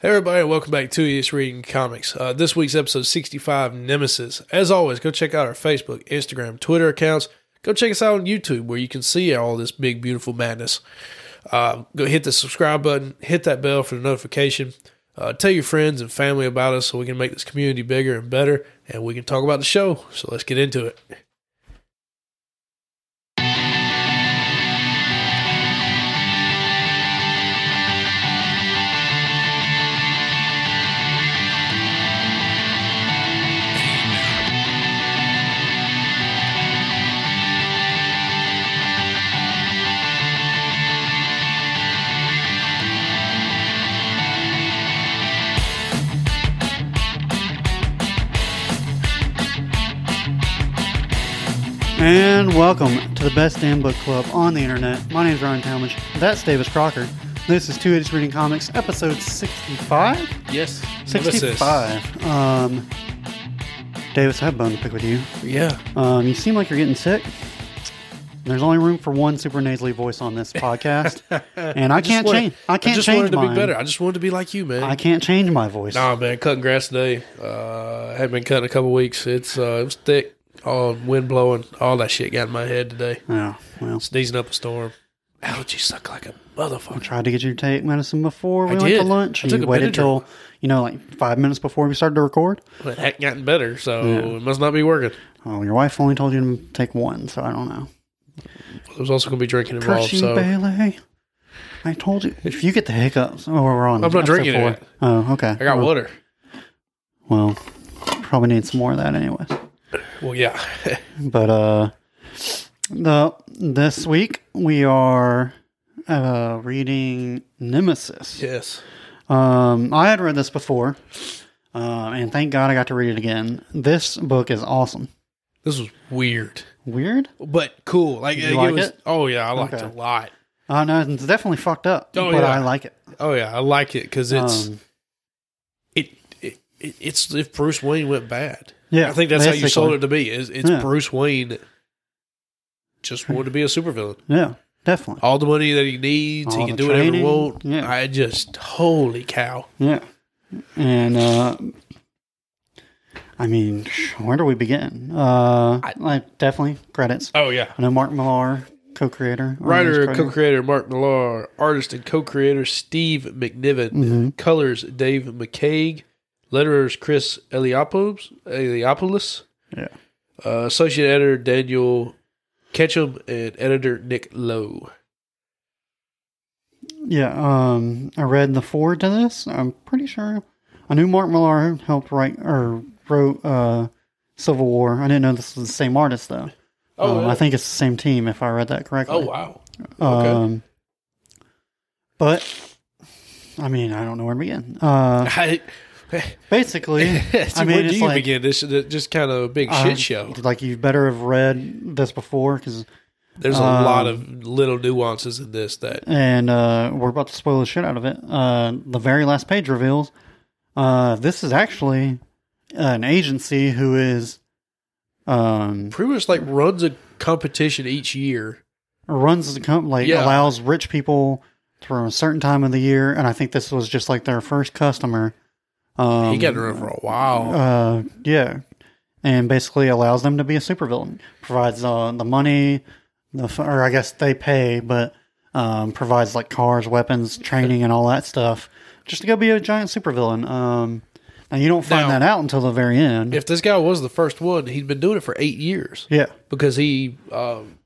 Hey everybody, welcome back to It's Reading Comics. Uh, this week's episode 65, Nemesis. As always, go check out our Facebook, Instagram, Twitter accounts. Go check us out on YouTube where you can see all this big, beautiful madness. Uh, go hit the subscribe button, hit that bell for the notification. Uh, tell your friends and family about us so we can make this community bigger and better and we can talk about the show. So let's get into it. And welcome to the best damn book club on the internet. My name's Ryan Talmadge. That's Davis Crocker. This is Two Idiots Reading Comics, episode 65? Yes. 65. Um, Davis, I have a bone to pick with you. Yeah. Um, you seem like you're getting sick. There's only room for one super nasally voice on this podcast, and I, can't Just wanted- change. I can't just change wanted to mine. be better. I just wanted to be like you, man. I can't change my voice. Nah, man, cutting grass today. Uh, haven't been cutting a couple weeks. It's uh, it was thick, all wind blowing, all that shit got in my head today. Oh, well, Sneezing up a storm. Allergies suck like a I motherfucker. tried to get you to take medicine before we I went to did. lunch. I and took you a waited Benadryl. till you know, like five minutes before we started to record. But it hadn't gotten better, so it must not be working. Oh, your wife only told you to take one, so I don't know. There's also going to be drinking involved. Percy So Bailey. I told you. If you get the hiccups, oh, we're on. I'm not episode drinking four. it. Oh, okay. I got well, water. Well, probably need some more of that, anyways. Well, yeah. But uh, the this week we are uh reading Nemesis. yes. Um, I had read this before, uh, and thank God I got to read it again. This book is awesome. This was weird, Weird. but cool. Like, you like was. it? Oh yeah, I liked Okay. it a lot. Uh, no, it's definitely fucked up, Oh, but yeah. I like it. Oh yeah, I like it because it's Um, it, it it it's if Bruce Wayne went bad. Yeah, I think that's how you sold it basically. to me. Is it's Yeah. Bruce Wayne just wanted to be a supervillain. Yeah, definitely. All the money that he needs, All he can the do whatever he training, wants. yeah. I just holy cow. Yeah. And uh I mean, where do we begin? Uh I- like definitely credits. Oh yeah. I know Mark Millar, co-creator. or Writer, is co co-creator. creator Mark Millar, artist and co creator Steve McNiven, Mm-hmm. colors Dave McCaig, letterers Chris Eliopoulos, Eliopoulos Yeah. uh, associate editor Daniel Ketchum, and editor Nick Lowe. Yeah, um I read the forward to this. I'm pretty sure I knew Mark Millar helped write or wrote uh Civil War. I didn't know this was the same artist though. Oh, Um, yeah. I think it's the same team if I read that correctly. Oh wow. Okay. Um, but I mean, I don't know where to begin. Uh, I, basically, I I mean, where do it's you like, begin? This is just kind of a big uh, shit show. Like you better have read this before, because There's a um, lot of little nuances in this that and uh, we're about to spoil the shit out of it. Uh, the very last page reveals uh, this is actually an agency who is um, pretty much like runs a competition each year. runs the company, like Yeah. allows rich people through a certain time of the year, and I think this was just like their first customer. Um, He got it for a while. Uh, yeah, and basically allows them to be a supervillain. Provides uh, the money, the f- or I guess they pay, but um, provides like cars, weapons, training, and all that stuff, just to go be a giant supervillain. Um, and you don't find Now- that out until the very end. if this guy was the first one, he'd been doing it for eight years yeah, because he, um,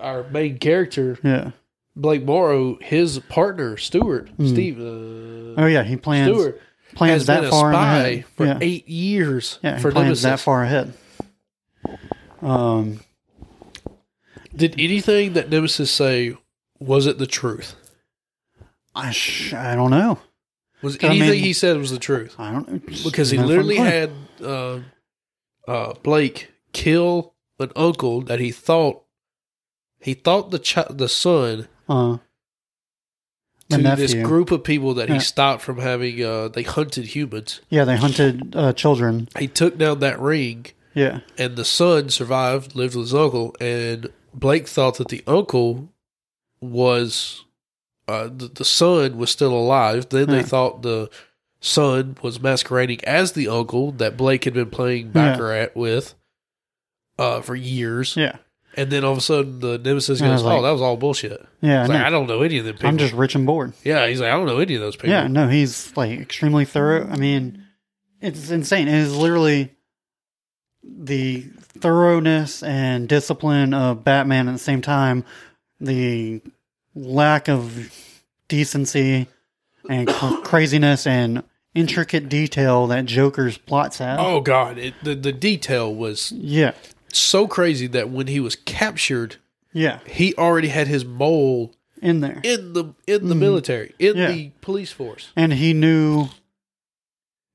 our main character yeah. Blake Morrow, his partner Stewart, Hmm. Steve uh, Oh yeah, he plans Stewart, has plans been that a far spy ahead. for yeah. eight years yeah, he for plans Nemesis. that far ahead. Um, Did anything that Nemesis say was it the truth? I sh- I don't know. Was I mean- anything he said was the truth? I don't because he no fucking literally clue. had uh, uh, Blake kill an uncle that he thought he thought the chi- the son uh, the to this nephew. group of people that Yeah. he stopped from having. Uh, they hunted humans. Yeah, they hunted uh, children. He took down that ring, Yeah, and the son survived, lived with his uncle, and Blake thought that the uncle was. Uh, the, the son was still alive. Then they Yeah. thought the son was masquerading as the uncle that Blake had been playing Yeah. Baccarat with uh, for years. Yeah. And then all of a sudden, the nemesis And I goes, was like- "Oh, that was all bullshit." Yeah. He's no, like, I don't know any of them people. I'm just rich and bored. yeah, he's like, I don't know any of those people. Yeah, no, he's like extremely thorough. I mean, it's insane. It is literally the thoroughness and discipline of Batman at the same time, the lack of decency and cr- craziness and intricate detail that Joker's plots have. Oh God, it, the the detail was Yeah, so crazy that when he was captured, yeah, he already had his mole in there. in the in the military, in Mm. Yeah. the police force. and he knew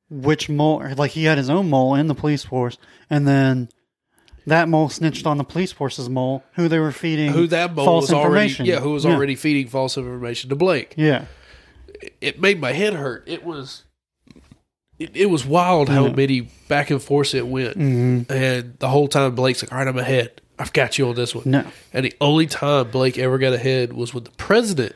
which mole like he had his own mole in the police force and then that mole snitched on the police force's mole who they were feeding Who that mole false was already, information yeah, who was already feeding false information to Blake. yeah It made my head hurt. It was, it, it was wild how many back and forth it went, Mm-hmm. and the whole time Blake's like, "All right, I'm ahead. I've got you on this one." no And the only time Blake ever got ahead was when the president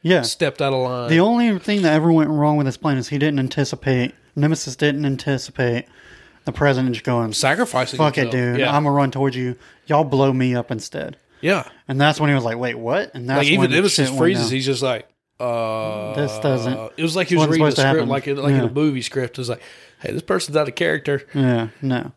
yeah stepped out of line. the only thing that ever went wrong with his plan is he didn't anticipate nemesis didn't anticipate the president just going sacrificing. fuck it himself. dude Yeah. i'm gonna run towards you y'all blow me up instead yeah. and that's when he was like wait what and that's Like even when Nemesis shit went freezes, down. he's just like, uh, This doesn't- It was like he was reading wasn't a supposed to script, happen. like in, like in a Yeah. movie script. It was like, hey, this person's out of character, yeah no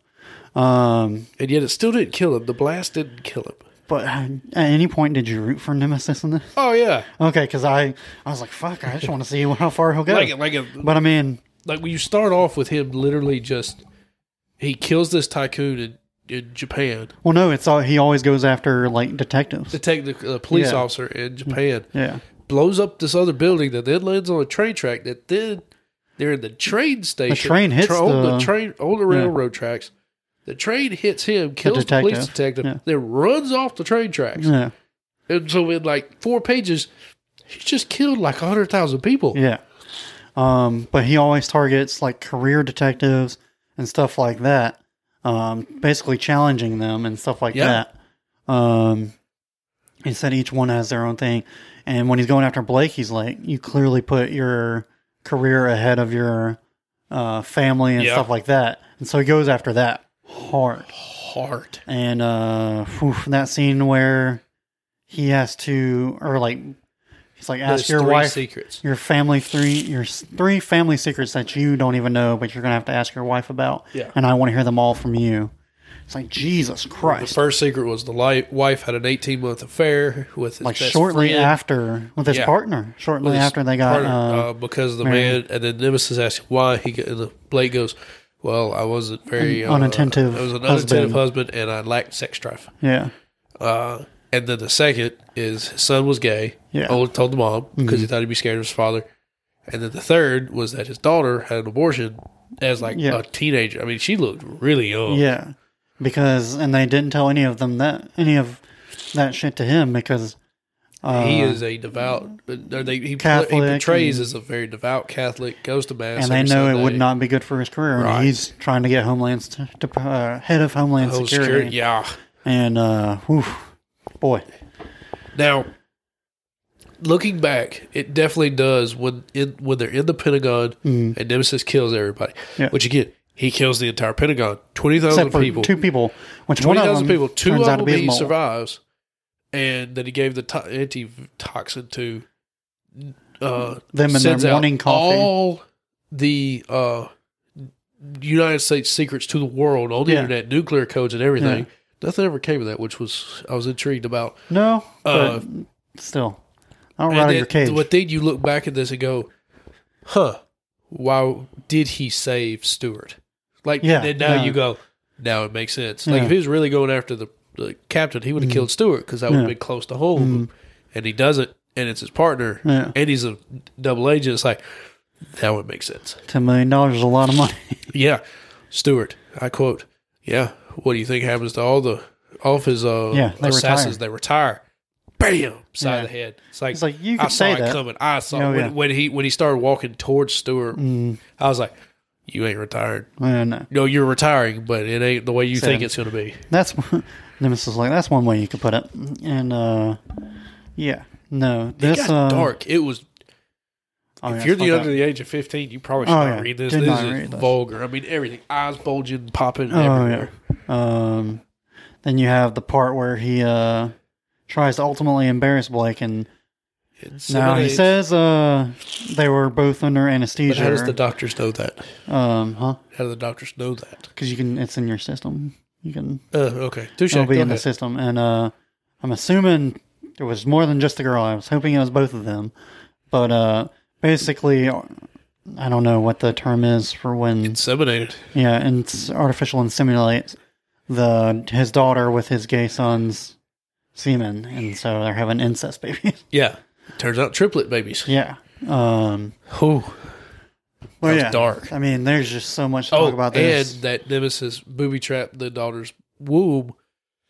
um and yet it still didn't kill him. The blast didn't kill him. But uh, at any point, did you root for Nemesis in this? Oh yeah, Okay, because I, I was like, fuck, I just want to see how far he'll go. like like a, but I mean, like when you start off with him, literally just he kills this tycoon in, in Japan well, no, it's all he always goes after like detectives. to take the uh, police Yeah. officer in Japan, Yeah, blows up this other building that then lands on a train track that then they're in the train station. train hits tra- on the, the- train on the railroad tracks. The train hits him, kills the, police detective, detective. Yeah. then runs off the train tracks. yeah, And so in like four pages, he's just killed like hundred thousand people. yeah. Um, but he always targets like career detectives and stuff like that. Um, basically challenging them and stuff like Yeah. that. Um, he said each one has their own thing, and when he's going after Blake, he's like, "You clearly put your career ahead of your uh, family and Yeah. stuff like that," and so he goes after that hard. Heart. and uh whew, that scene where he has to or like he's like ask Those your three wife secrets. your family three your s- three family secrets that you don't even know but you're gonna have to ask your wife about Yeah. and i want to hear them all from you it's like jesus The christ first secret was the li- wife had an eighteen month affair with his like best shortly friend. after with his Yeah. partner shortly With his after they got partner, uh, uh, because the married. man and then Nemesis asks him why he got, and the Blake goes, "Well, I wasn't very uh, An unattentive I was an husband." unattentive husband, and I lacked sex drive." yeah Uh, and then the second is his son was gay. Yeah. Mm-hmm. Owen told the mom because he thought he'd be scared of his father. And then the third was that his daughter had an abortion as like Yeah. a teenager. I mean, she looked really young. Yeah, because and they didn't tell any of them that any of that shit to him because uh, He is a devout. Or they, he, Catholic he portrays and- as a very devout Catholic. Goes to mass, and they every know it would Sunday. not be good for his career. and Right. He's trying to get Homeland to, to, uh, head of Homeland Oh, Security, security. Yeah, and uh, whew, boy, Now, looking back, it definitely does when in, when they're in the Pentagon and Nemesis kills everybody. Mm-hmm. Yeah. Which again, he kills the entire Pentagon, twenty except thousand for people, two people, which one twenty of them thousand people. Two turns of out to them be his he mole. survives, and then he gave the to- antitoxin to uh, Them and sends their out morning coffee. All the uh, United States secrets to the world on the Yeah. internet, nuclear codes and everything. Nothing ever came of that, which was I was intrigued about. No, Uh, but still, I don't And out of then- your cage. But then you look back at this and go, huh, why did he save Stewart? Like, Yeah, then now yeah. you go, now it makes sense. Like, Yeah. Mm. if he was really going after the, the captain, he would have killed Stewart because that would have Yeah. Mm. been close to home. And he doesn't, and it's his partner, Yeah. and he's a double agent. It's like, that would make sense. Ten million dollars is a lot of money. Yeah. Stewart, I quote, yeah, what do you think happens to all the, all of his uh, Yeah, they assassins? retire. They retire. Bam! Side of the head. It's like, It's like you I could saw say it that. coming. I saw Oh, when, yeah. Mm. when he when he started walking towards Stewart. I was like, "You ain't retired. Yeah, no. No, you're retiring, but it ain't the way you think Sad. it's gonna be." That's Nemesis. is Like that's one way you could put it. And uh, yeah, no, It this got uh, dark. It was Oh, if yeah, you're fuck the that. under the age of 15, you probably should Oh, not yeah. read this. Do this not is read this. vulgar. I mean, everything. Eyes bulging, popping Oh yeah. everywhere. Um, then you have the part where he uh tries to ultimately embarrass Blake, and It's now he age. says uh they were both under But how does the anesthesia. doctors know that? um, huh? How do the doctors know that? Because you can, it's in your system. You can Uh, okay. Touche. it'll Go be in the ahead. system, and uh, I'm assuming it was more than just the girl. I was hoping it was both of them, but uh, basically, I don't know what the term is for when Inseminated. Yeah, and it's artificial and simulates the his daughter with his gay son's semen, and so they're having incest babies. Yeah. Turns out triplet babies. yeah. Um. Oh, Well, was yeah. dark. I mean, there's just so much to oh talk about. and This. that nemesis booby trapped the daughter's womb.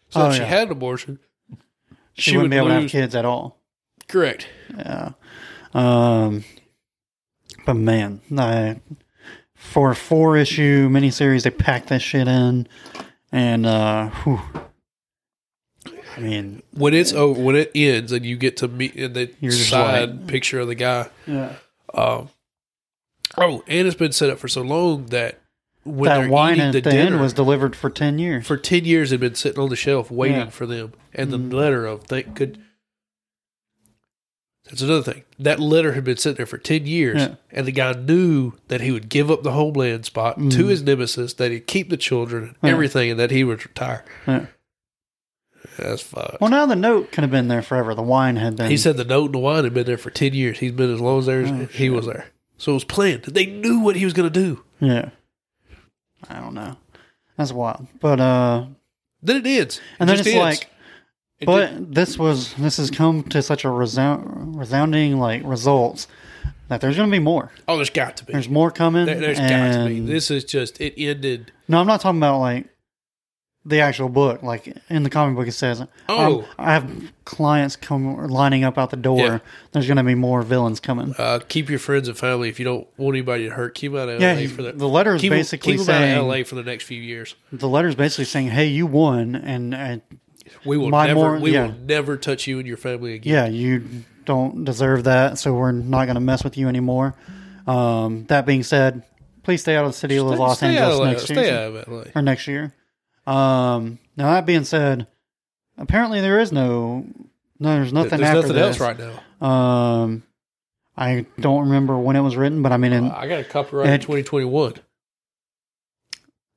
So Oh, if she yeah. had an abortion, she, she wouldn't would be able lose- to have kids at all. correct. Yeah. Um. But man, I, for a four issue miniseries, they packed that shit in, and uh, whew. I mean, When it's over, when it ends, and you get to meet and the You're just side picture of the guy. yeah. Um, oh, and it's been set up for so long that when that they're wine eating at the the, dinner end was delivered for ten years. for ten years, had been sitting on the shelf waiting Yeah. Mm-hmm. for them. And the letter of they could. That's another thing. That letter had been sitting there for ten years, Yeah. and the guy knew that he would give up the homeland spot to his nemesis, that he'd keep the children, and Mm-hmm. Yeah. everything, and that he would retire. Yeah. That's fucked. Well, now the note could have been there forever. The wine had been. He said the note and the wine had been there for 10 years. He's been as long as there as Oh, he was there. So it was planned. They knew what he was going to do. "Yeah." I don't know. That's wild, but uh, Then it ends. and It then just it's ends. like, It but this was this has come to such a resound, resounding like results that there's going to be more. did- oh, there's got to be. There's more coming. There, has and, got to be. This is just, it ended. no, I'm not talking about like the actual book. Like in the comic book, it says, Oh. I'm- I have clients come lining up out the door. Yeah. There's going to be more villains coming." Uh, keep your friends and family if you don't want anybody to hurt. Keep 'em out of Yeah, LA he- for the, the letter is keep 'em- basically keep 'em out saying- of LA for the next few years. The letter's basically saying, "Hey, you won," and. and We will My never, more- we yeah. will never touch you and your family again. yeah, you don't deserve that, so we're not going to mess with you anymore. Um, that being said, please stay out of the city of Stay- Los stay Angeles out of LA. next Stay year out of LA. or next year. Um, now that being said, apparently there is no, no, there's nothing There's after nothing else this. right now. Um, I don't remember when it was written, but I mean, in, I got a copyright in and- 2021.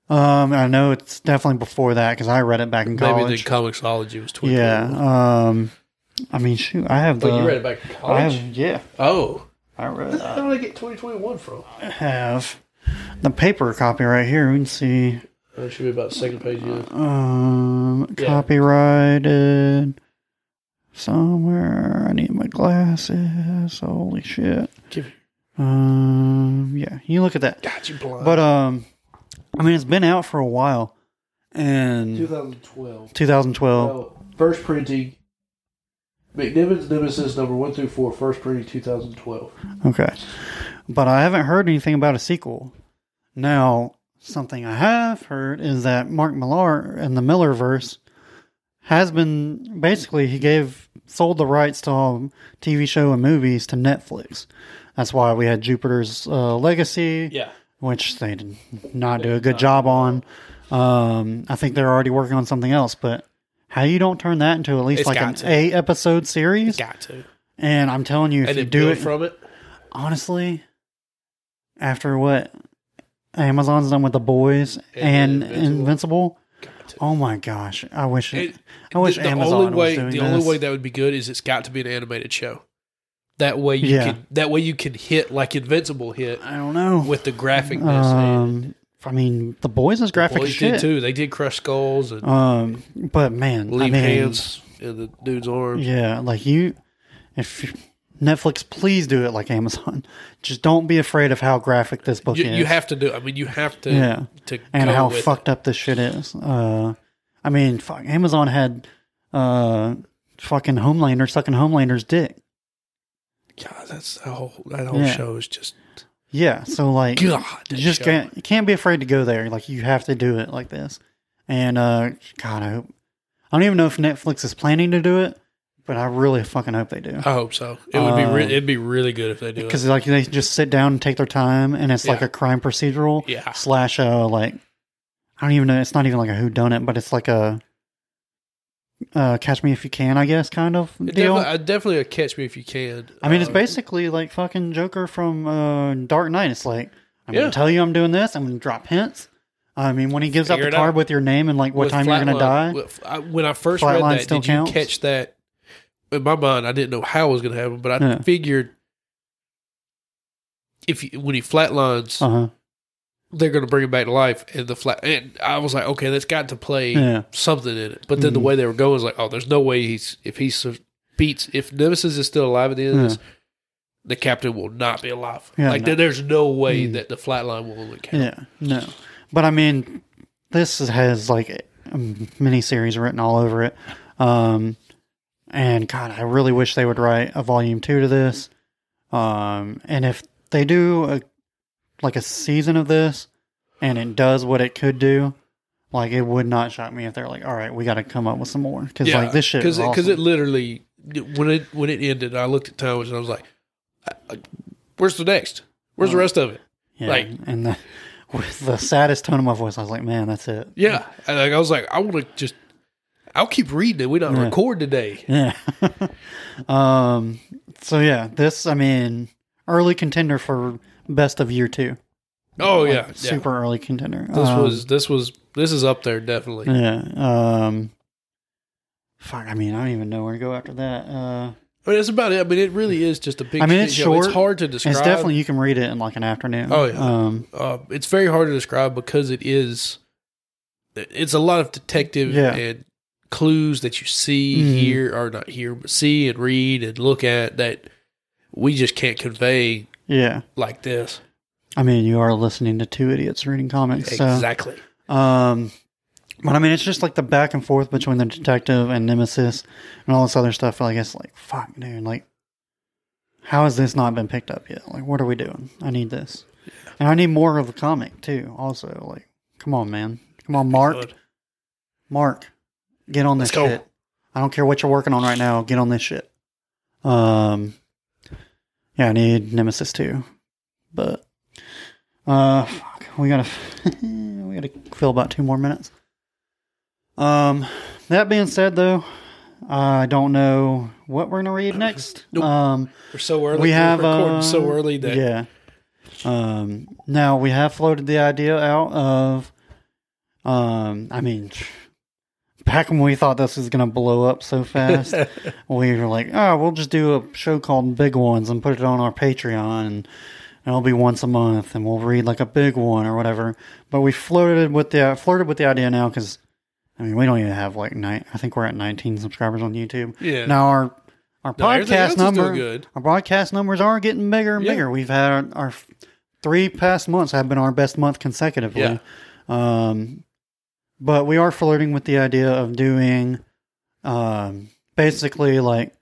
um, I know it's definitely before that because I read it back in Maybe the college. comicsology was 2021. yeah. Um, I mean, shoot, I have the. But you read it back in I college. have, yeah, oh. I read. How did I get 2021 from? have the paper copy right here. We can see It should be about the second page. Yeah. um, Yeah. copyrighted somewhere. I need my glasses. Holy shit. Give me- Um, yeah, you look at that. God, you blind. But um, I mean, it's been out for a while, and 2012. 2012. first printing. McNiven's Nemesis number one through four, first printing 2012. Okay, but I haven't heard anything about a sequel. Now, something I have heard is that Mark Millar in the Millerverse has been basically he gave sold the rights to all TV show and movies to Netflix. That's why we had Jupiter's uh, Legacy, Yeah. which they did not do a good job on. Um, I think they're already working on something else, but how you don't turn that into at least It's like got an to. eight episode series? Got to. And I'm telling you, if And you then do build it from it. honestly, after what Amazon's done with the boys And and, Invincible. Invincible. Got to. oh my gosh, I wish it, It- I wish the Amazon only way, was doing The this. only way that would be good is it's got to be an animated show. That way you Yeah. can that way you can hit like Invincible hit I don't know. with the graphicness. and um, I mean, the boys is graphic Boys as shit. did too. They did crush skulls and Um, but man, I leave mean, hands in the dude's arms. yeah, like you, if you- Netflix, please do it like Amazon. Just don't be afraid of how graphic this book You, is. you have to do. I mean, you have to. Yeah. To and go how with fucked up this shit is. Uh, I mean, fuck, Amazon had uh, fucking Homelander sucking Homelander's dick. it. God, that's the whole. That whole Yeah. show is just Yeah, so like, God. you that just show. can't, you can't be afraid to go there. Like, you have to do it like this. And uh, God, I hope. I don't even know if Netflix is planning to do it, but I really fucking hope they do. I hope so. It would be Uh, re- it'd be really good if they do it. Because like they just sit down and take their time, and it's like Yeah. a crime procedural Yeah. slash uh like I don't even know. It's not even like a who done it, but it's like a uh catch me if you can, I guess, kind of It deal. defi- uh, definitely a catch me if you can. I mean, it's Um, basically like fucking Joker from uh, Dark Knight. It's like I'm Yeah. gonna tell you I'm doing this. I'm gonna drop hints. I mean, when he gives out Figure the it out. card with your name and like what with time you're gonna Flatline- die, with- I- When I first Flatline read that, still did you counts? catch that? In my mind, I didn't know how it was going to happen, but I Yeah. figured if you, when he flatlines, uh huh, they're going to bring him back to life. And the flat, and I was like, okay, that's got to play yeah, something in it. But then the Mhm. way they were going was like, oh, there's no way he's if he sur- beats if Nemesis is still alive at the end of this, the Captain will not be alive. Yeah, like no. there- there's no way Mhm. that the flatline will look. yeah, no. But I mean, this is- has like a mini series written all over it. Um, and God, I really wish they would write a volume two to this. Um, and if they do a, like a season of this, and it does what it could do, like it would not shock me if they're like, all right, we got to come up with some more because like this shit because because because it literally when it when it ended, I looked at Towers and I was like, I- I- "Where's the next? Where's Uh-huh. the rest of it?" yeah, like- and the, with the saddest tone of my voice, I was like, man, that's it. Yeah, and like, I was like, "I want to just, I'll keep reading it. We don't Yeah. record today." Yeah. um. So yeah, this I mean, early contender for best of year two. Oh Like, yeah, yeah. super early contender. This Um, was this was this is up there definitely. Yeah. Um. Fuck. I mean, I don't even know where to go after that. Uh, I mean, that's about it. I mean, it really is just a big. I mean, shit it's show. It's short. hard to describe. it's definitely you can read it in like an afternoon. Oh, yeah. Um. Uh, it's very hard to describe because it is. It's a lot of detective Yeah. and clues that you see, Mhm. hear, or not hear, but see and read and look at that we just can't convey Yeah. like this. I mean, you are listening to two idiots reading comics. So. Exactly. Um, but I mean, it's just like the back and forth between the detective and Nemesis and all this other stuff. Like, it's like, fuck, dude. Like, how has this not been picked up yet? Like, what are we doing? I need this. And I need more of the comic, too, also. Like, come on, man. Come on, Mark. Good. Mark, get on this Let's go. shit. I don't care what you're working on right now. Get on this shit. Um, yeah, I need Nemesis too, but uh, fuck, we gotta we gotta fill about two more minutes. Um, that being said, though, I don't know what we're gonna read next. Nope. Um, We're so early. we have We're recording uh, so early that yeah. Um, now we have floated the idea out of, um, I mean, back when we thought this was gonna blow up so fast, we were like, oh, we'll just do a show called Big Ones and put it on our Patreon, and it'll be once a month, and we'll read like a big one or whatever. But we floated with the flirted with the idea now because. I mean, we don't even have like nine. I think we're at 19 subscribers on YouTube. Yeah. Now our our No, everything else podcast is doing number good. our broadcast numbers are getting bigger and Yeah. bigger. We've had our, our f- three past months have been our best month consecutively. Yeah. Um, but we are flirting with the idea of doing um, basically like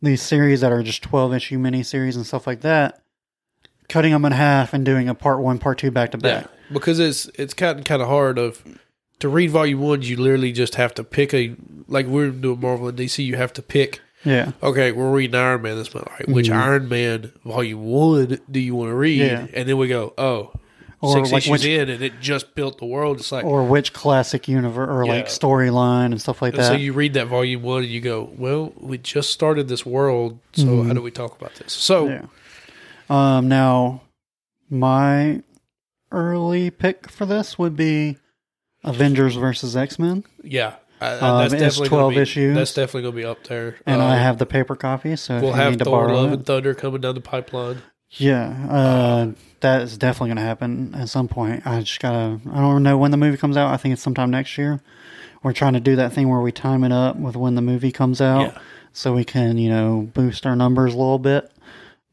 these series that are just 12 issue miniseries and stuff like that, cutting them in half and doing a part one, part two back to Yeah, back. because it's it's gotten kind of hard of to read volume one. You literally just have to pick a like we're doing Marvel and DC. You have to pick. Yeah. Okay, we're reading Iron Man this month. All right, which Mhm. Iron Man volume one do you want to read? Yeah. And then we go, oh, Or six like issues which- in, and it just built the world. It's like, Or which classic universe or Yeah. like storyline and stuff like and so that. you read that volume one, and you go, well, we just started this world, so how do we talk about this? So Mm-hmm. Yeah. Um, now, my early pick for this would be Avengers versus X Men, yeah, I, Um, that's it's definitely 12 gonna be, issues. That's definitely going to be up there. and Uh, I have the paper copy, so if We'll you have need to Thor: Love borrow and it, Thunder coming down the pipeline. yeah, uh, that is definitely going to happen at some point. I just gotta. I don't know when the movie comes out. I think it's sometime next year. We're trying to do that thing where we time it up with when the movie comes out, Yeah. so we can you know boost our numbers a little bit.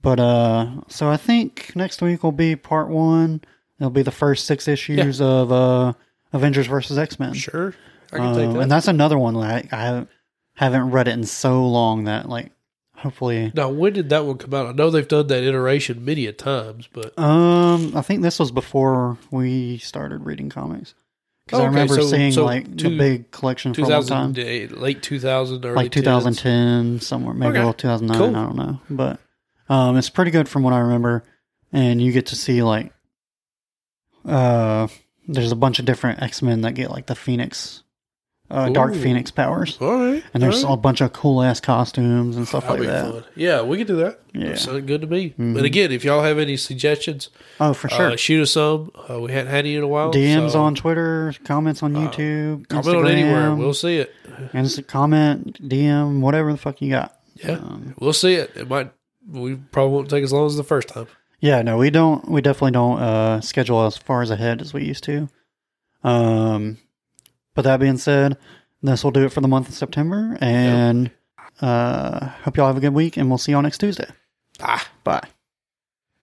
But uh, so I think next week will be part one. It'll be the first six issues of uh, Avengers versus X Men, Sure, I can take Um, that. and that's another one like I haven't haven't read it in so long that like hopefully. now, when did that one come out? I know they've done that iteration many a times, but Um, I think this was before we started reading comics Because I Okay, remember so- seeing so like two- the big collection for a long time, 2008, late 2000, early like 2010. 2010 somewhere, maybe Okay. a little 2009. Cool. I don't know, but um, it's pretty good from what I remember. And you get to see like uh, there's a bunch of different X Men that get like the Phoenix, uh, Dark Ooh. Phoenix powers, All right. and there's all right. a bunch of cool ass costumes and stuff That'll like be that. fun. Yeah, we could do that. Yeah. That sounded good to me. Mhm. But again, if y'all have any suggestions, Oh, for sure. uh, shoot us some. Uh, we hadn't had any in a while. DMs so Uh, on Twitter, comments on YouTube, Comment Instagram, on anywhere. We'll see it. and just comment, DM, whatever the fuck you got. Yeah. Um, We'll see it. It might, we probably won't take as long as the first time. yeah, no, we don't. We definitely don't uh, schedule as far as ahead as we used to. Um, but that being said, this will do it for the month of September, and uh, hope y'all have a good week, and we'll see y'all next Tuesday. Ah. Bye.